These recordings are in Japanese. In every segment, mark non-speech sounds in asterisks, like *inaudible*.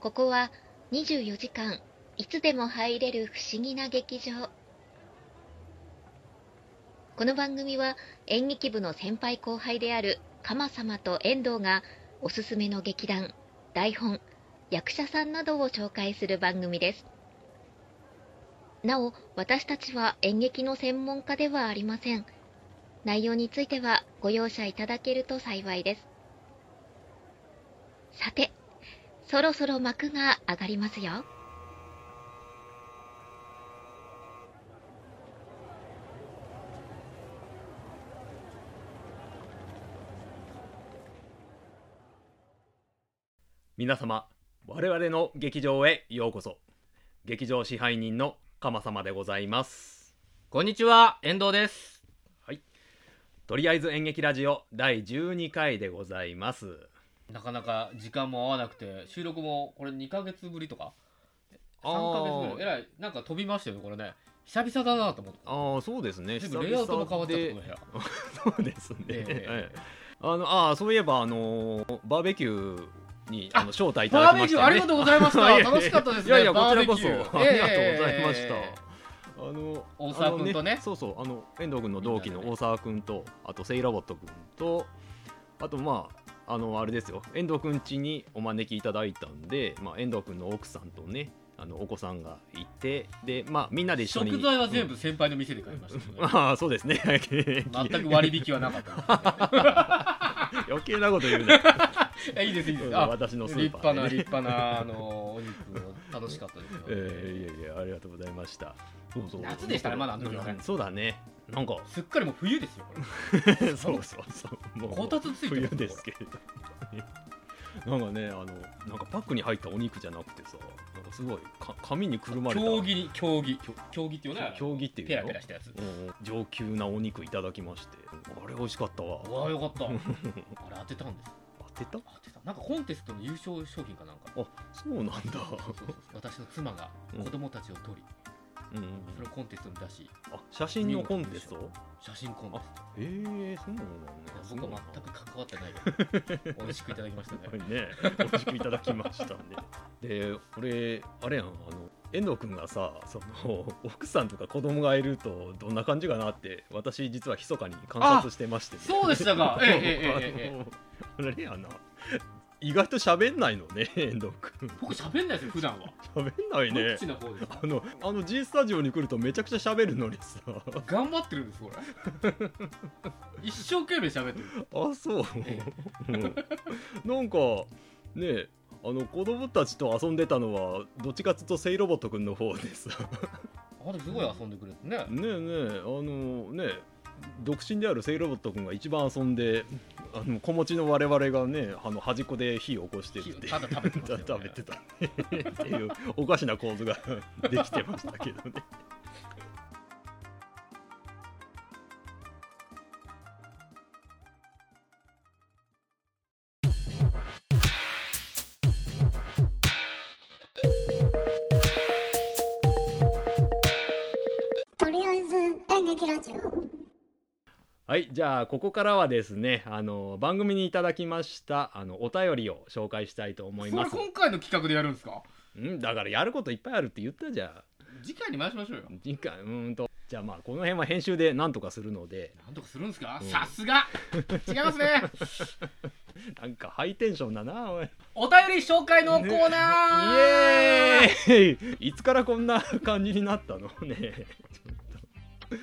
ここは24時間いつでも入れる不思議な劇場この番組は演劇部の先輩後輩である鎌様と遠藤がおすすめの劇団台本役者さんなどを紹介する番組ですなお私たちは演劇の専門家ではありません内容についてはご容赦いただけると幸いですさてそろそろ幕が上がりますよ皆様我々の劇場へようこそ劇場支配人の鎌様でございますこんにちは、遠藤です。とりあえず演劇ラジオ第12回でございますなかなか時間も合わなくて、収録もこれ2ヶ月ぶりとか、あー3ヶ月ぶり、えらい、なんか飛びましたよね、これね。久々だなと思って。ああそうですね全部レイアウトも変わっちゃった、この部屋。そうですね、ええはいあのあーそういえばあのーバーベキューにあの招待いただバきーましベキュた、ーね、ありがとうございまし *laughs* いやいた。や楽しかったですね。いやいやバーベキューこちらこそありがとうございましたえあの大沢君とねあのそうそうあの遠藤君の同期の大沢君と、あとセイロボット君とあとまああのあれですよ遠藤君家にお招きいただいたんで、まあ、遠藤君の奥さんとねあのお子さんがいてでまあみんなでえ一緒に食材は全部先輩の店で買いましたけどうんね。 *laughs* ああそうですね全く割引はなかったですね。 *laughs* 余計なこと言うねえいいです、いいです。あ私のス立ーパ派ーな、で、ね立派な、あの、お肉を楽しかったですよ。 *laughs* えーいやいやありがとうございましたそうそう夏でしたねまだあの時はねうんそうだねなんかすっかりもう冬ですよ、こ *laughs* れ。そうそうそうもうこたつついて冬ますですけれどなんかねあのなんかパックに入ったお肉じゃなくてさなんかすごいか紙にくるまれた競技に競技競技っていうね競技っていうのペラペラしたやつうん上級なお肉いただきましてあれ美味しかったわうわあよ *laughs* かったあれ当てたんです当てた当てたなんかコンテストの優勝商品かなん *laughs* かあそうなんだそうそうそう私の妻がうん子供たちをう撮り、んうんそれをコンテストに出しあ写真のコンテスト写真コンテストええそうなんだねいや僕は全く関わってな *laughs* いけど美味しくいただきましたねはいね、美味しくいただきましたね。で、俺、あれやん、あの、遠藤君がさ、その、奥さんとか子供がいると、どんな感じかなって、私、実は密かに観察してまして、ね。そうでし *laughs* たかええええええええあのあれやな、意外と喋んないのね、遠藤君。僕喋んないですよ普段は喋んない無ね。口な方ですあの、あの G スタジオに来るとめちゃくちゃ喋るのにさ、頑張ってるんですこれ *laughs* 一生懸命喋ってるあ、 *laughs* そう。えうんなんかねえあの子供たちと遊んでたのはどっちかっていうとセイロボットくんの方で *laughs* さあれすごい遊んでくれてねねえねえあのねえ独身であるセイロボットくんが一番遊んであの子持ちの我々がねあの端っこで火を起こしてるっていうただ食べてますよね食べてたねっていうおかしな構図が *laughs* できてましたけどね。とりあえず演劇ラジオ *laughs* はい、じゃあここからはですねあの番組にいただきましたあのお便りを紹介したいと思います *laughs* それ。今回の企画でやるんですかうん、だからやることいっぱいあるって言ったじゃ次回に回しましょうよん。次回、うーんと。じゃあまあ、この辺は編集でなんとかするので、なんとかするんですか、うんさすが違いますねなんかハイテンションだな、おい。イお便り紹介のコーナー、エーイいつからこんな感じになったのねえちょっと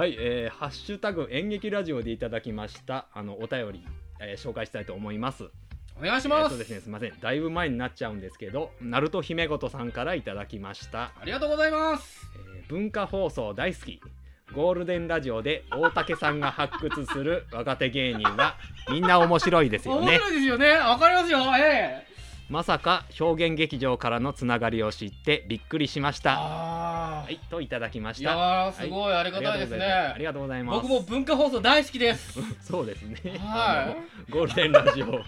はい、えーハッシュタグ演劇ラジオでいただきました、あの、お便り、えー紹介したいと思います。お願いしえまーす,、とですね、すみません。だいぶ前になっちゃうんですけど、ナルト姫事さんからいただきました。ありがとうございますえー文化放送大好きゴールデンラジオで大竹さんが発掘する若手芸人はみんな面白いですよ面ね白いですよねわかりますよええまさか表現劇場からのつながりを知ってびっくりしましたああ、はいといただきまいしたやーすごいありがたいですね、ありがとうございます僕も文化放送大好きです *laughs* そうですねはあのゴールデンラジオ *laughs*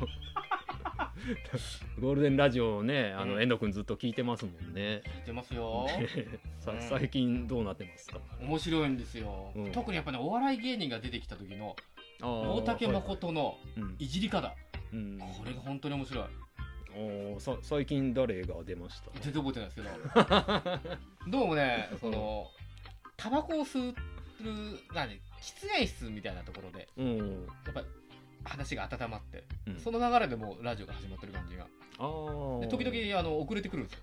ゴールデンラジオをねあの遠藤君ずっと聞いてますもんねい聞いてますよ *laughs* さうん最近どうなってますか面白いんですよ、うん特にやっぱねお笑い芸人が出てきた時のあー大竹誠のはいはいうんいじり方、うんこれが本当に面白いあおーさ最近誰が出ました全然覚えてないですけど *laughs* どうもねそのタバコを吸うなんで喫煙室みたいなところでうん、やっぱり話が温まって、うんその流れでもうラジオが始まってる感じがあーで時々あの遅れてくるんですよ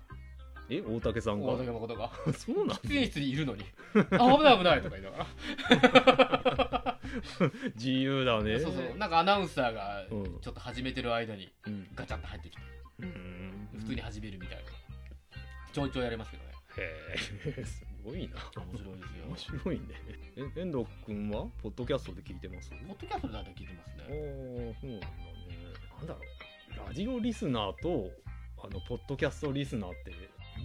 え大竹さんが大竹誠が *laughs* *laughs* そうなん喫煙室にいるのに「あ危ない危ない」とか言いながら自由だねそうそうなんかアナウンサーがうんちょっと始めてる間にうんガチャッと入ってきてうん普通に始めるみたいな、ちょいちょいやりますけどねへえ *laughs* すごいな面白いですよ面白いねえ遠藤君はポッドキャストで聞いてますポッドキャストで大体聞いてますああねそうなんだねなんだろうラジオリスナーとあのポッドキャストリスナーって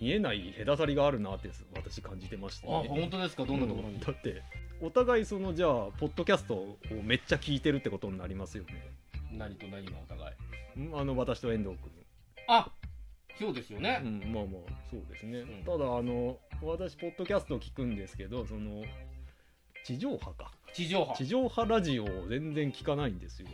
見えない隔たりがあるなって私感じてましあて、本当ですかどんなところうんに、だってお互いそのじゃあポッドキャストをめっちゃ聞いてるってことになりますよね何と何がお互いうんあの私と遠藤君あそうですよね、うん、まあまあそうですね、んただあの私ポッドキャストを聞くんですけどその地上波か地上波地上波ラジオを全然聞かないんですよ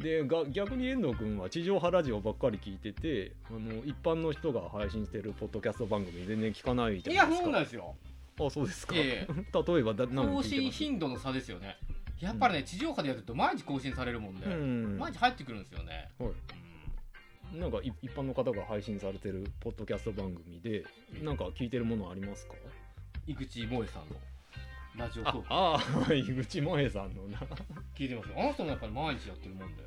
でが逆に遠藤君は地上波ラジオばっかり聞いててあの一般の人が配信してるポッドキャスト番組全然聞かないじいゃやないですそうなかんですよあそうですか、え *laughs* 例えばだ何更聞いて新ます頻度の差ですよねやっぱりね、地上波でやると毎日更新されるもんで、うん、毎日入ってくるんですよね、はいうんなんかい一般の方が配信されてるポッドキャスト番組でなんか聞いてるものありますか井口萌さんのラジオトークああー井口萌さんのな聞いてます *laughs* よあの人もやっぱり毎日やってるもんで、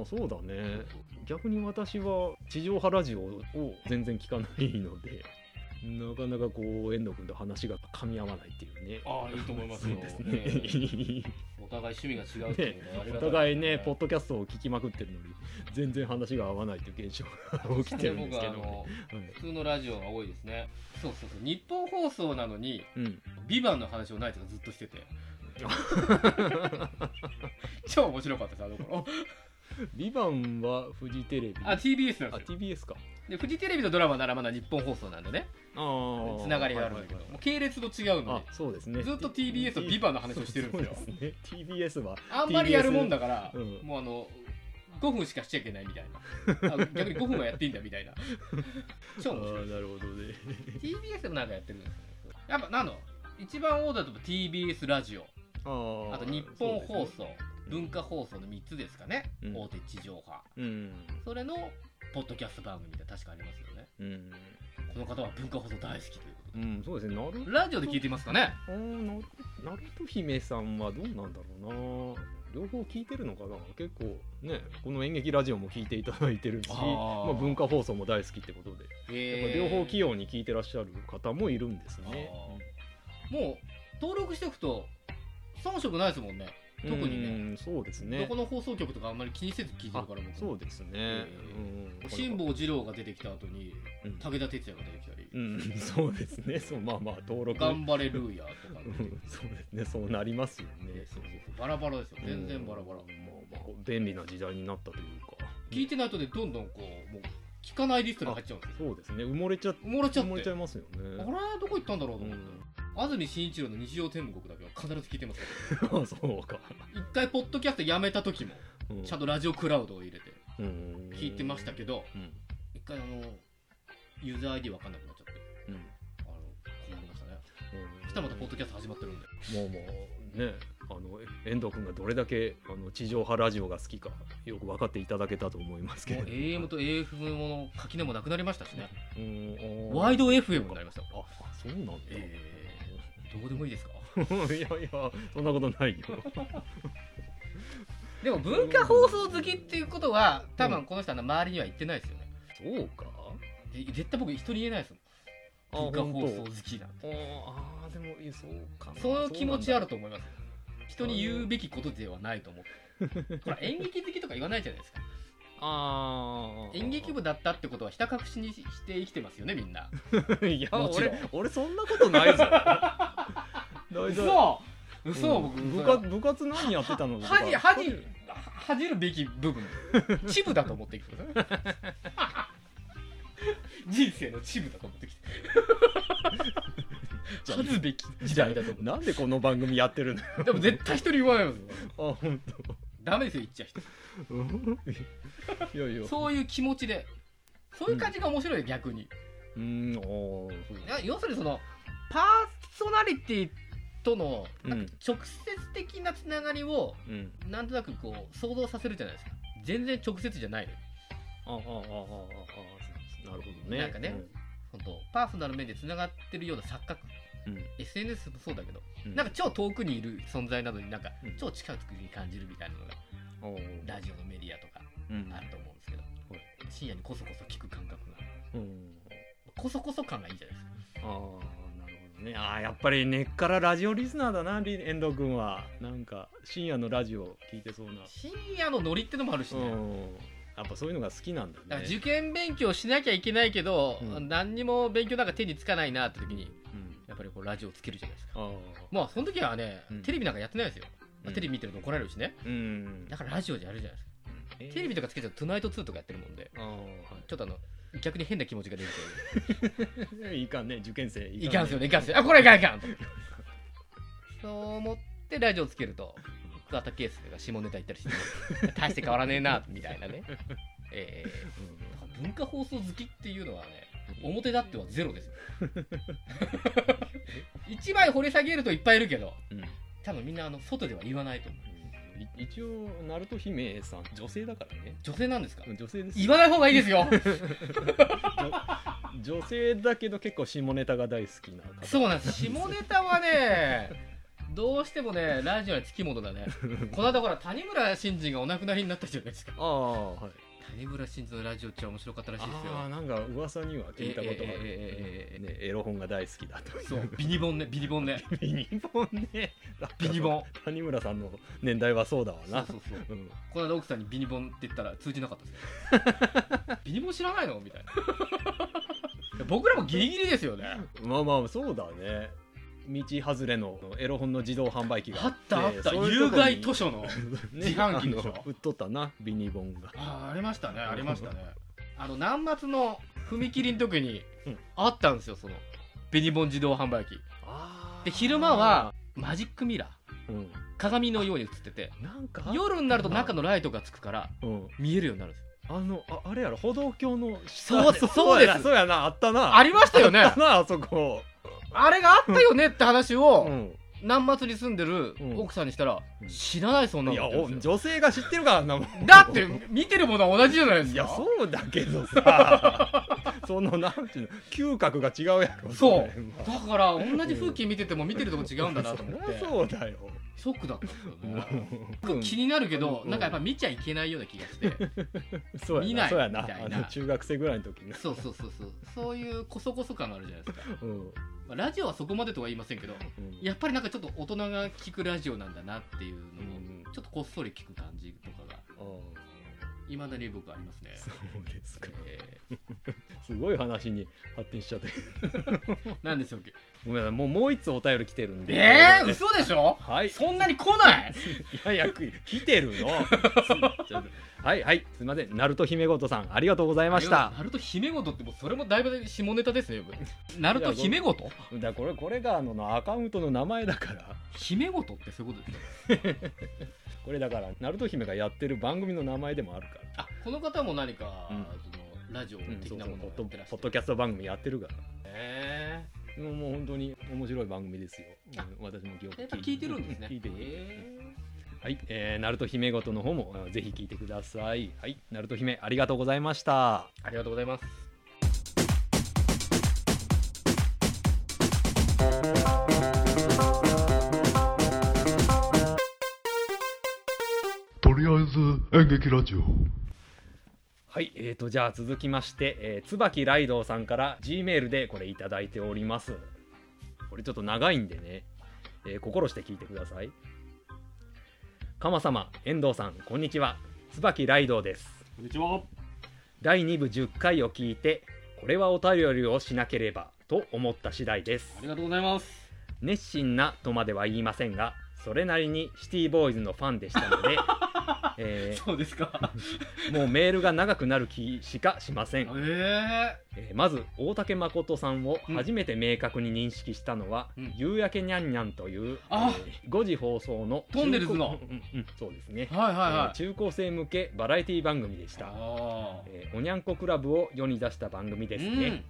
ああそうだね逆に私は地上波ラジオを全然聞かないのでなかなかこう遠藤君と話が噛み合わないっていうねああいいと思いますよそうですえねえお互い趣味が違うっていうのがありおがた互いでねすポッドキャストを聞きまくってるのに全然話が合わないっていう現象が起きてるんですけど、僕はあのはい普通のラジオが多いですねそうそうそう日本放送なのにうん、 「ビバンの話をないとかずっとして *laughs* て超面白かったですあの頃ビバンはフジテレビあ TBS なんあですよ TBS かでフジテレビとドラマならまだ日本放送なんでねああつながりがあるんだけどもう系列と違うのあでそうですねずっと TBS とビバの話をしてるんですよそうですね TBS はあんまりやるもんだから、うんもうあの5分しかしちゃいけないみたいなあ逆に5分はやっていいんだみたいなあ超面白いーなるほどね TBS でもなんかやってるんですよねやっぱなの一番多いだと TBS ラジオあーあと日本そう放です送、ね文化放送の3つですかね、うん大手地上波うんそれのポッドキャスト番組って確かありますよねうん、この方は文化放送大好きということうん、そうですねなるでラジオで聞いてますかねあーななると姫さんはどうなんだろうな両方聞いてるのかな結構ねこの演劇ラジオも聞いていただいてるしあーまあ、文化放送も大好きってことで、やっぱ両方器用用に聞いてらっしゃる方もいるんですねもう登録しておくと3色ないですもんね特にねうんそうですどねこの放送局とかあんまり気にせず聞いてるあから僕そうですね、うん辛坊治郎が出てきた後にうん武田鉄矢が出てきたり、うん、そうですねそうまあまあ登録 *laughs* 頑張れルーヤーとかう出てきんそうです *laughs* ねそうなりますよて、ねそうそうそうバラバラですよ全然バラバラ、うんまあまあ便利な時代になったというか聞いてないとねどんどんこうもう聞かないリストに入っちゃうんですよそうですね埋もれちゃっ埋もれちゃっ埋もれちてゃあいますよれねどこ行ったんだろうと思って、う安住紳一郎の日常天国だけは必ず聞いてますかんそうから一回ポッドキャストやめた時もうんちゃんとラジオクラウドを入れてうん聞いてましたけどうん一回あのユーザー ID 分かんなくなっちゃってうんあの困りましたねうんそしたらまたポッドキャスト始まってるんでもうもうねあの遠藤君がどれだけあの地上波ラジオが好きかよく分かっていただけたと思いますけもれうど AM と AFM の垣根もなくなりましたしねうんワイド FM になりましたああそうなんだ、ええどうでもいいですかいやいやそんなことないよでも文化放送好きっていうことは多分この人は周りには言ってないですよねそうかで絶対僕一人言えないですあもん文化放送本好きなんて当あーでもいいそうかなその気持ちあるそうなんだと思います人に言うべきことではないと *laughs* 思うほら演劇好きとか言わないじゃないですかあー演劇部だったってことはひた隠しにして生きてますよねみんないやもちろん俺俺そんなことないぞ大体嘘嘘うん僕部嘘活部活何やってたのとか恥恥恥じるべき部分チブだと思ってきてください人生のチブだと思って *laughs* きてじゃあ恥ずべき時代だと思なんでこの番組やってるのうでも絶対一人言わないですよあ本ダメですよ言っちゃう人当うんいやいやそういう気持ちでそういう感じが面白い、逆に。うーんおーそういや要するにその、パーソナリティとの、なんか直接的なつながりを、うんなんとなくこう、想像させるじゃないですか。全然直接じゃないのよ。ああああああああなるほどねなんかね本当パーソナル面でつながってるような錯覚。うん SNS もそうだけど、うんなんか超遠くにいる存在なのになんかうん超近くに感じるみたいなのが、おーラジオのメディアとかうんあると思うんですけど、はい深夜にこそこそ聞く感覚が、うんこそこそ感がいいじゃないですあか。あなるほどねああやっぱり根っからラジオリスナーだなり遠藤君はなんか深夜のラジオ聞いてそうな深夜のノリってのもあるしうね。んやっぱそういうのが好きなんだだからね受験勉強しなきゃいけないけど、うん何にも勉強なんか手につかないなって時にうんやっぱりこうラジオつけるじゃないですかああまあその時はね、うんテレビなんかやってないですよ、まあテレビ見てると怒られるしねうんだからラジオでやるじゃないですか、えーテレビとかつけちゃうと「トゥナイト2」とかやってるもんでああはいちょっとあの逆に変な気持ちが出るとい *laughs* ういかんね受験生いいかんすよね、いかんすよね。あ、これいかんいかんと。そう思ってラジオつけると、桑田佳祐が下ネタ言ったりして、大して変わらね *laughs* えな、みたいなね。えーだから文化放送好きっていうのはね、表立ってはゼロ *laughs* ですよ。一枚掘り下げるといっぱいいるけど、うん、うん多分みんなあの外では言わないと思う。い一応ナルト姫さん女性だからね女性なんですか女性です言わない方がいいですよ女性だけど結構下ネタが大好きな方そうなんです。下ネタはね、どうしてもね、ラジオにつきものだね。この間ほら、谷村新司がお亡くなりになったじゃないですか。ああはい谷村新司のラジオっちゃ面白かったらしいですああよ。なんか噂には聞いたことがある、ええええええええね、エロ本が大好きだとそう、ビニボンね、ビニボンね。ビニボンねビニボ *laughs* ン *laughs* 谷村さんの年代はそうだわそなうそうそう。うんこの間奥さんにビニボンって言ったら通じなかったですよ。 *laughs* ビニボン知らないのみたいな。僕らもギリギリですよね。まあまあそうだね道外れのエロ本の自動販売機があったあてった、そういうと有こに害図書の。 *laughs* ね自販機でしょあの売っとったなビニボンがああ、ありましたね、ありましたね。あの、南末の踏切の時にうんあったんですよ、その。ビニボン自動販売機。あーで、昼間はマジックミラー。うん鏡のように映ってて。なんか夜になると中のライトがつくからうん見えるようになるんですよあのああれやろ歩道橋のそうですあそうやなそうですそうやなあったなありましたよねあったなあそこあれがあったよねって話うをん南末に住んでるうん奥さんにしたらうん知らないそんないのやって言うおんですよ女性が知ってるからあんなもんだって見てるものは同じじゃないですいやかそうだけど *laughs* さそのなんていうの嗅覚が違うやろそうれはだから同じ風景見てても見てるとこ違うんだなと思っそりてゃそうだよ、ショックだったんですよねうん気になるけどうんなんかやっぱ見ちゃいけないような気がしてそう見やないなそうやなみたいあなの中学生ぐらいの時に、そうそうそうそうそういうこそこそ感があるじゃないですかうんまあラジオはそこまでとは言いませんけどうんやっぱりなんかちょっと大人が聞くラジオなんだなっていうのうんをちょっとこっそり聞く感じとかがああいまだに僕ありますね。そうですかえすごい話に発展しちゃってー、なんでしょうけごめんなさいもうもう一つお便り来てるんで *laughs* えー、嘘でしょはいそんなに来ないいやいやく来てるのちょっと *laughs* はいはいすいませんナルト姫ごとさんありがとうございましたナルト姫ごとってもうそれもだいぶ下ネタですね。ナルト姫ごとだこれこれがあのアカウントの名前だから姫ごとってそういうことですね。これだからナルト姫がやってる番組の名前でもあるからあ、この方も何か、うんそのラジオうん的そうなそうものをポやッドってらっしポゃッドる。キャスト番組やってるかえらもうもう本当に面白い番組ですよ、あうん私も今ー、日やっぱ聞いてるんですね。聞いてるえはい、えー、ナルト姫ごとの方もあぜひ聞いてくださいはいナルト姫ありがとうございましたーありがとうございます。とりあえず演劇ラジオはい、えーと、じゃあ続きまして、えー、椿ライドウさんから G メールでこれいただいております。これちょっと長いんでね、えー心して聞いてください。かま様、遠藤さん、こんにちは。椿ライドウです。こんにちは。第2部10回を聞いて、これはお便りをしなければと思った次第ですあ。りがとうございます。熱 *laughs* *laughs* 心なとまでは言いませんがそれなりにシティボーイズのファンでしたのでえそうですか。ーもうメールが長くなる気しかしませ *laughs* えん、ええーまず大竹誠さんを初めて明確に認識したのは「うん夕焼けにゃんにゃん」という、あえー5時放送のトンネルズ中の高うんうんうんそうですね、はいはいえーはい。中高生向けバラエティ番組でした、あーえーおにゃんこクラブを世に出した番組ですね、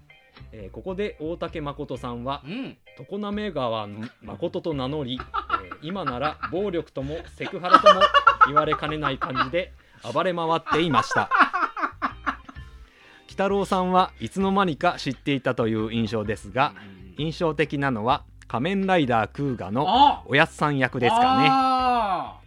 えーここで大竹誠さんはうん。うん。常滑川の誠と名乗り、えー今なら暴力ともセクハラとも言われかねない感じで暴れ回っていました鬼太郎さんはいつの間にか知っていたという印象ですが印象的なのは「仮面ライダークーガ」のあおやつさん役ですかね、あ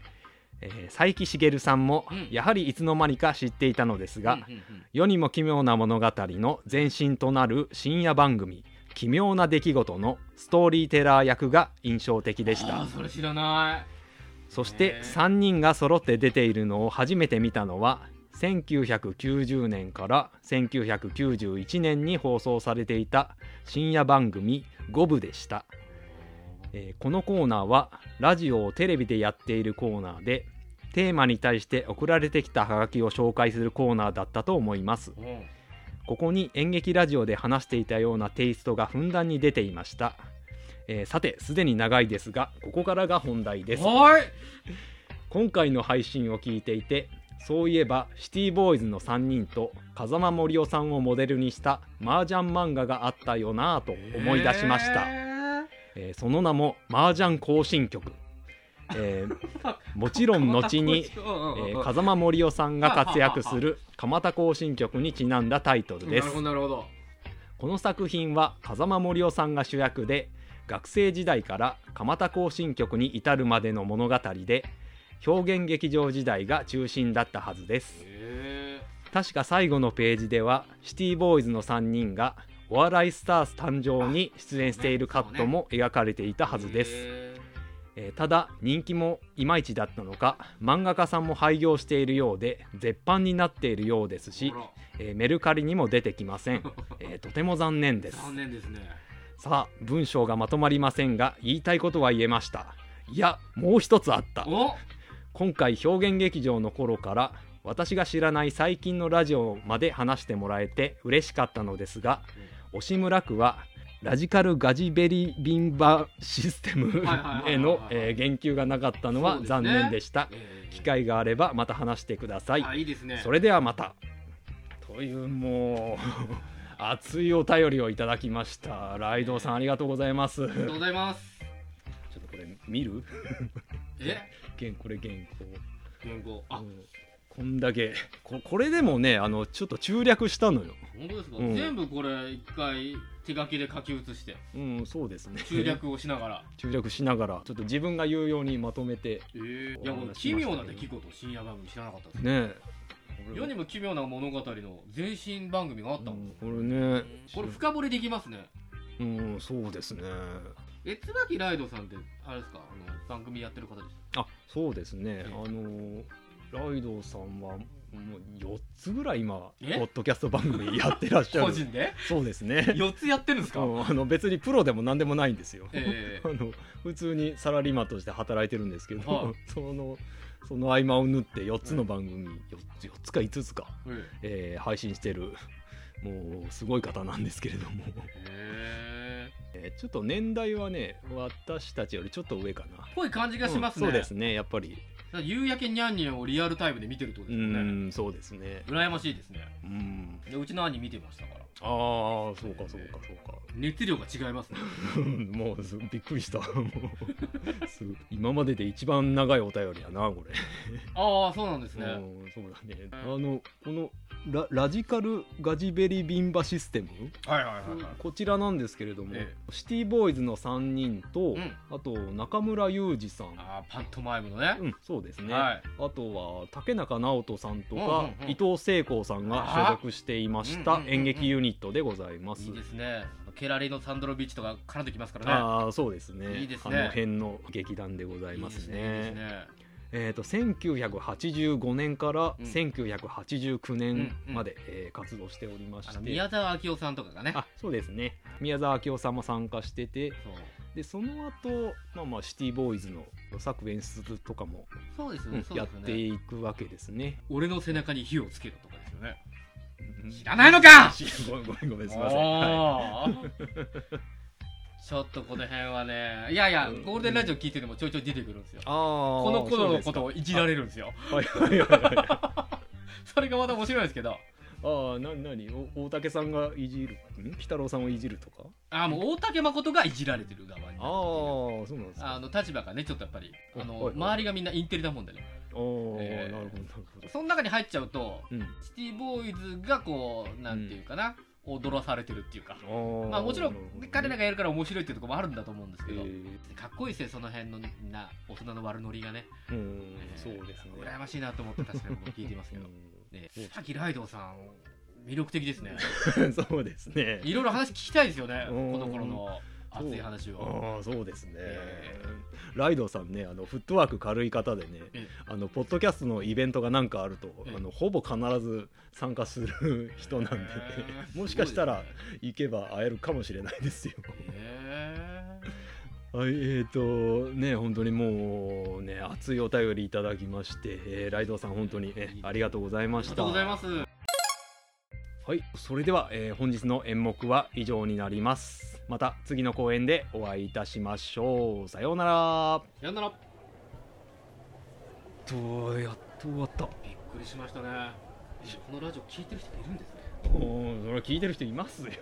えー佐伯茂さんもうんやはりいつの間にか知っていたのですーが、うんうんうん世にも奇妙な物語の前身となる深夜番組「奇妙な出来事」のストーリーテラー役が印象的でしあたーそれ知らない。そしへてえ3人が揃って出ているのを初めて見たのは1990年から1991年に放送されていた深夜番組「五部」でした、えーこのコーナーはラジオをテレビでやっているコーナーでテーマに対して送られてきたハガキを紹介するコーナーだったと思いますうんここに演劇ラジオで話していたようなテイストがふんだんに出ていました、えーさてすでに長いですがここからが本題ですはい。今回の配信を聞いていてそういえばシティボーイズの3人と風間森夫さんをモデルにした麻雀漫画があったよなぁと思い出しました、えへーその名も麻雀行進曲、えーもちろん後に、 *laughs* ー。うんうんうんえー風間森夫さんが活躍する蒲田行進曲にちなんだタイトルですなるほどなるほど。この作品は風間森夫さんが主役で学生時代から蒲田行進曲に至るまでの物語で表現劇場時代が中心だったはずですへえ。確か最後のページではシティボーイズの3人がお笑いスターズ誕生に出演しているカットも描かれていたはずです、へえーただ人気もいまいちだったのか漫画家さんも廃業しているようで絶版になっているようですー。しほ、らえーメルカリにも出てきません、えーとても残念です残念ですね。さあ文章がまとまりませんが言いたいことは言えましたいやもう一つあったお。今回表現劇場の頃から私が知らない最近のラジオまで話してもらえて嬉しかったのですが押村区はラジカルガジベリビンバシステムはいはいはいはいはいへのえー言及がなかったのそはうです残ね念でした、えー機会があればまた話してくださいあいいですね。それではまたというもう *laughs* 熱いお便りをいただきましたライドウさんありがとうございますありがとうございます。ちょっとこれ見るえ原これ原稿原稿。あう、んこんだけここれでもねあのちょっと中略したのよ本当ですか、うん全部これ一回手書きで書き写してうんそうですね中略をしながら中略しながらちょっと自分が言うようにまとめてえーいやもう奇妙な出来事深夜番組知らなかったですね世にも奇妙な物語の前身番組があうったもん、んこれねこれ深掘りできますねうんそうですねえ椿ライドさんってあれですかあの番組やってる方ですあそうですねあのライドウさんはもう4つぐらい今ポえッドキャスト番組やってらっしゃ個る人でそうですね4つやってるんですかうんあの別にプロでも何でもないんですよえあの普通にサラリーマンとして働いてるんですけど、はそのその合間を縫って4つの番組、4, つ4つか5つか、えー、えー配信してるもうすごい方なんですけれども、ええーちょっと年代はね私たちよりちょっと上かなー、ぽい感じがしますね、うんそうですねやっぱりだから夕焼けにゃんにゃんをリアルタイムで見てるってことうですよねんそうですね羨ましいですねうんでうちの兄見てましたからああそうかそうかそうか *laughs* 熱量が違いますねうんもうすびっくりしたもうすごい今までで一番長いお便りやなこれああそうなんですね、うんそうだね。あのこのララジカルガジベリビンバシステム、はいはいはいこちらなんですけれども、えシティボーイズの3人と、うんあと中村裕二さん、ああパントマイムのね、うん、そうですね。はいあとは竹中直人さんとか、うんうんうん伊藤聖光さんが所属していました、あーうんうんうんうん演劇ユニットでございます。いいですねケラリのサンドロビーチとか絡んできますからねああそうですねいいですねあの辺の劇団でございますねいいですねえー、と1985年からうん1989年まで、えー活動しておりましあての宮沢明夫さんとかがねあそうですね宮沢明夫さんも参加してて、そうでその後、まあまあシティボーイズの作演出とかも、そうですようねんそうやでっすよてねいくわけですね。俺の背中に火をつけろとかですよねうん知らないのかし *laughs* ごめんごめんごめんすいません。はおーちょっとこの辺はねいやいやうんゴールデンラジオ聞いててもちょいちょい出てくるんですよい、あーこの頃そうのですこかとをいじられるんですよはいはいはいはい。あそれがまた面白いですけどあななにお大竹さんがいじるん鬼太郎さんをいじるとかあーもう大竹誠がいじられてる側になるっていああうそうなんですあか。の立場がねちょっとやっぱりあの、はいはい周りがみんなインテリなもんでねおーえーなるほどなるほど。その中に入っちゃうとうん。シティボーイズがこうなんていうかな、踊らされてるっていうかあまあもちろん彼らが、がやるから面白いっていうところもあるんだと思うんですけえど、ーかっこいいですねその辺のみんな大人の悪ノリがね、うんえ、ーそうですね。羨ましいなと思って確かに僕も聞いてますけど、うねさきライドウさん魅力的ですねん *laughs* そうですね。いろいろ話聞きたいですよねこうんの頃の熱い話をああそうですね、えライドさんねあのフットワーク軽い方でね、ええあのポッドキャストのイベントがなんかあると、ええあのほぼ必ず参加する人なんでね、へーもしかしたらす行けば会えるかもしれないですよ。ごいですねへはい、えーとね本当にもうね熱いお便りいただきまして、えーライドさん本当に、ね、ありがとうございーあまりしがた。とうございますはい、それでは、えー本日の演目は以上になります。また次の公演でお会いいたしましょう。さようなら。さよならとやっと終わった。びっくりしましたねこのラジオ聞いてる人いるんですねおーそれ聞いてる人いますよ。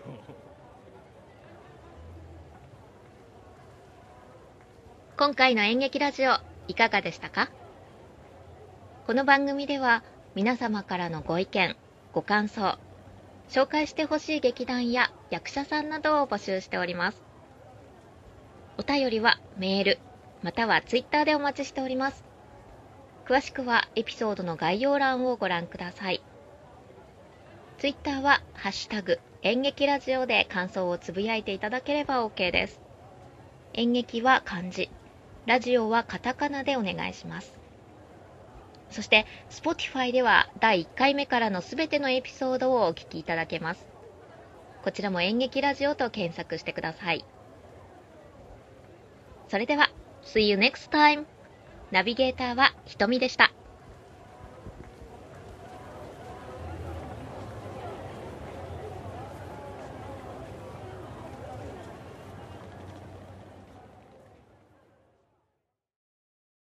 今回の演劇ラジオいかがでしたかこの番組では皆様からのご意見ご感想紹介してほしい劇団や役者さんなどを募集しておりますお便りはメールまたはツイッターでお待ちしております詳しくはエピソードの概要欄をご覧くださいツイッターは「ハッシュタグ演劇ラジオ」で感想をつぶやいていただければ OK です演劇は漢字ラジオはカタカナでお願いします。そして、Spotify では第1回目からのすべてのエピソードをお聞きいただけます。こちらも演劇ラジオと検索してください。それでは、See you next time! ナビゲーターはひとみでした。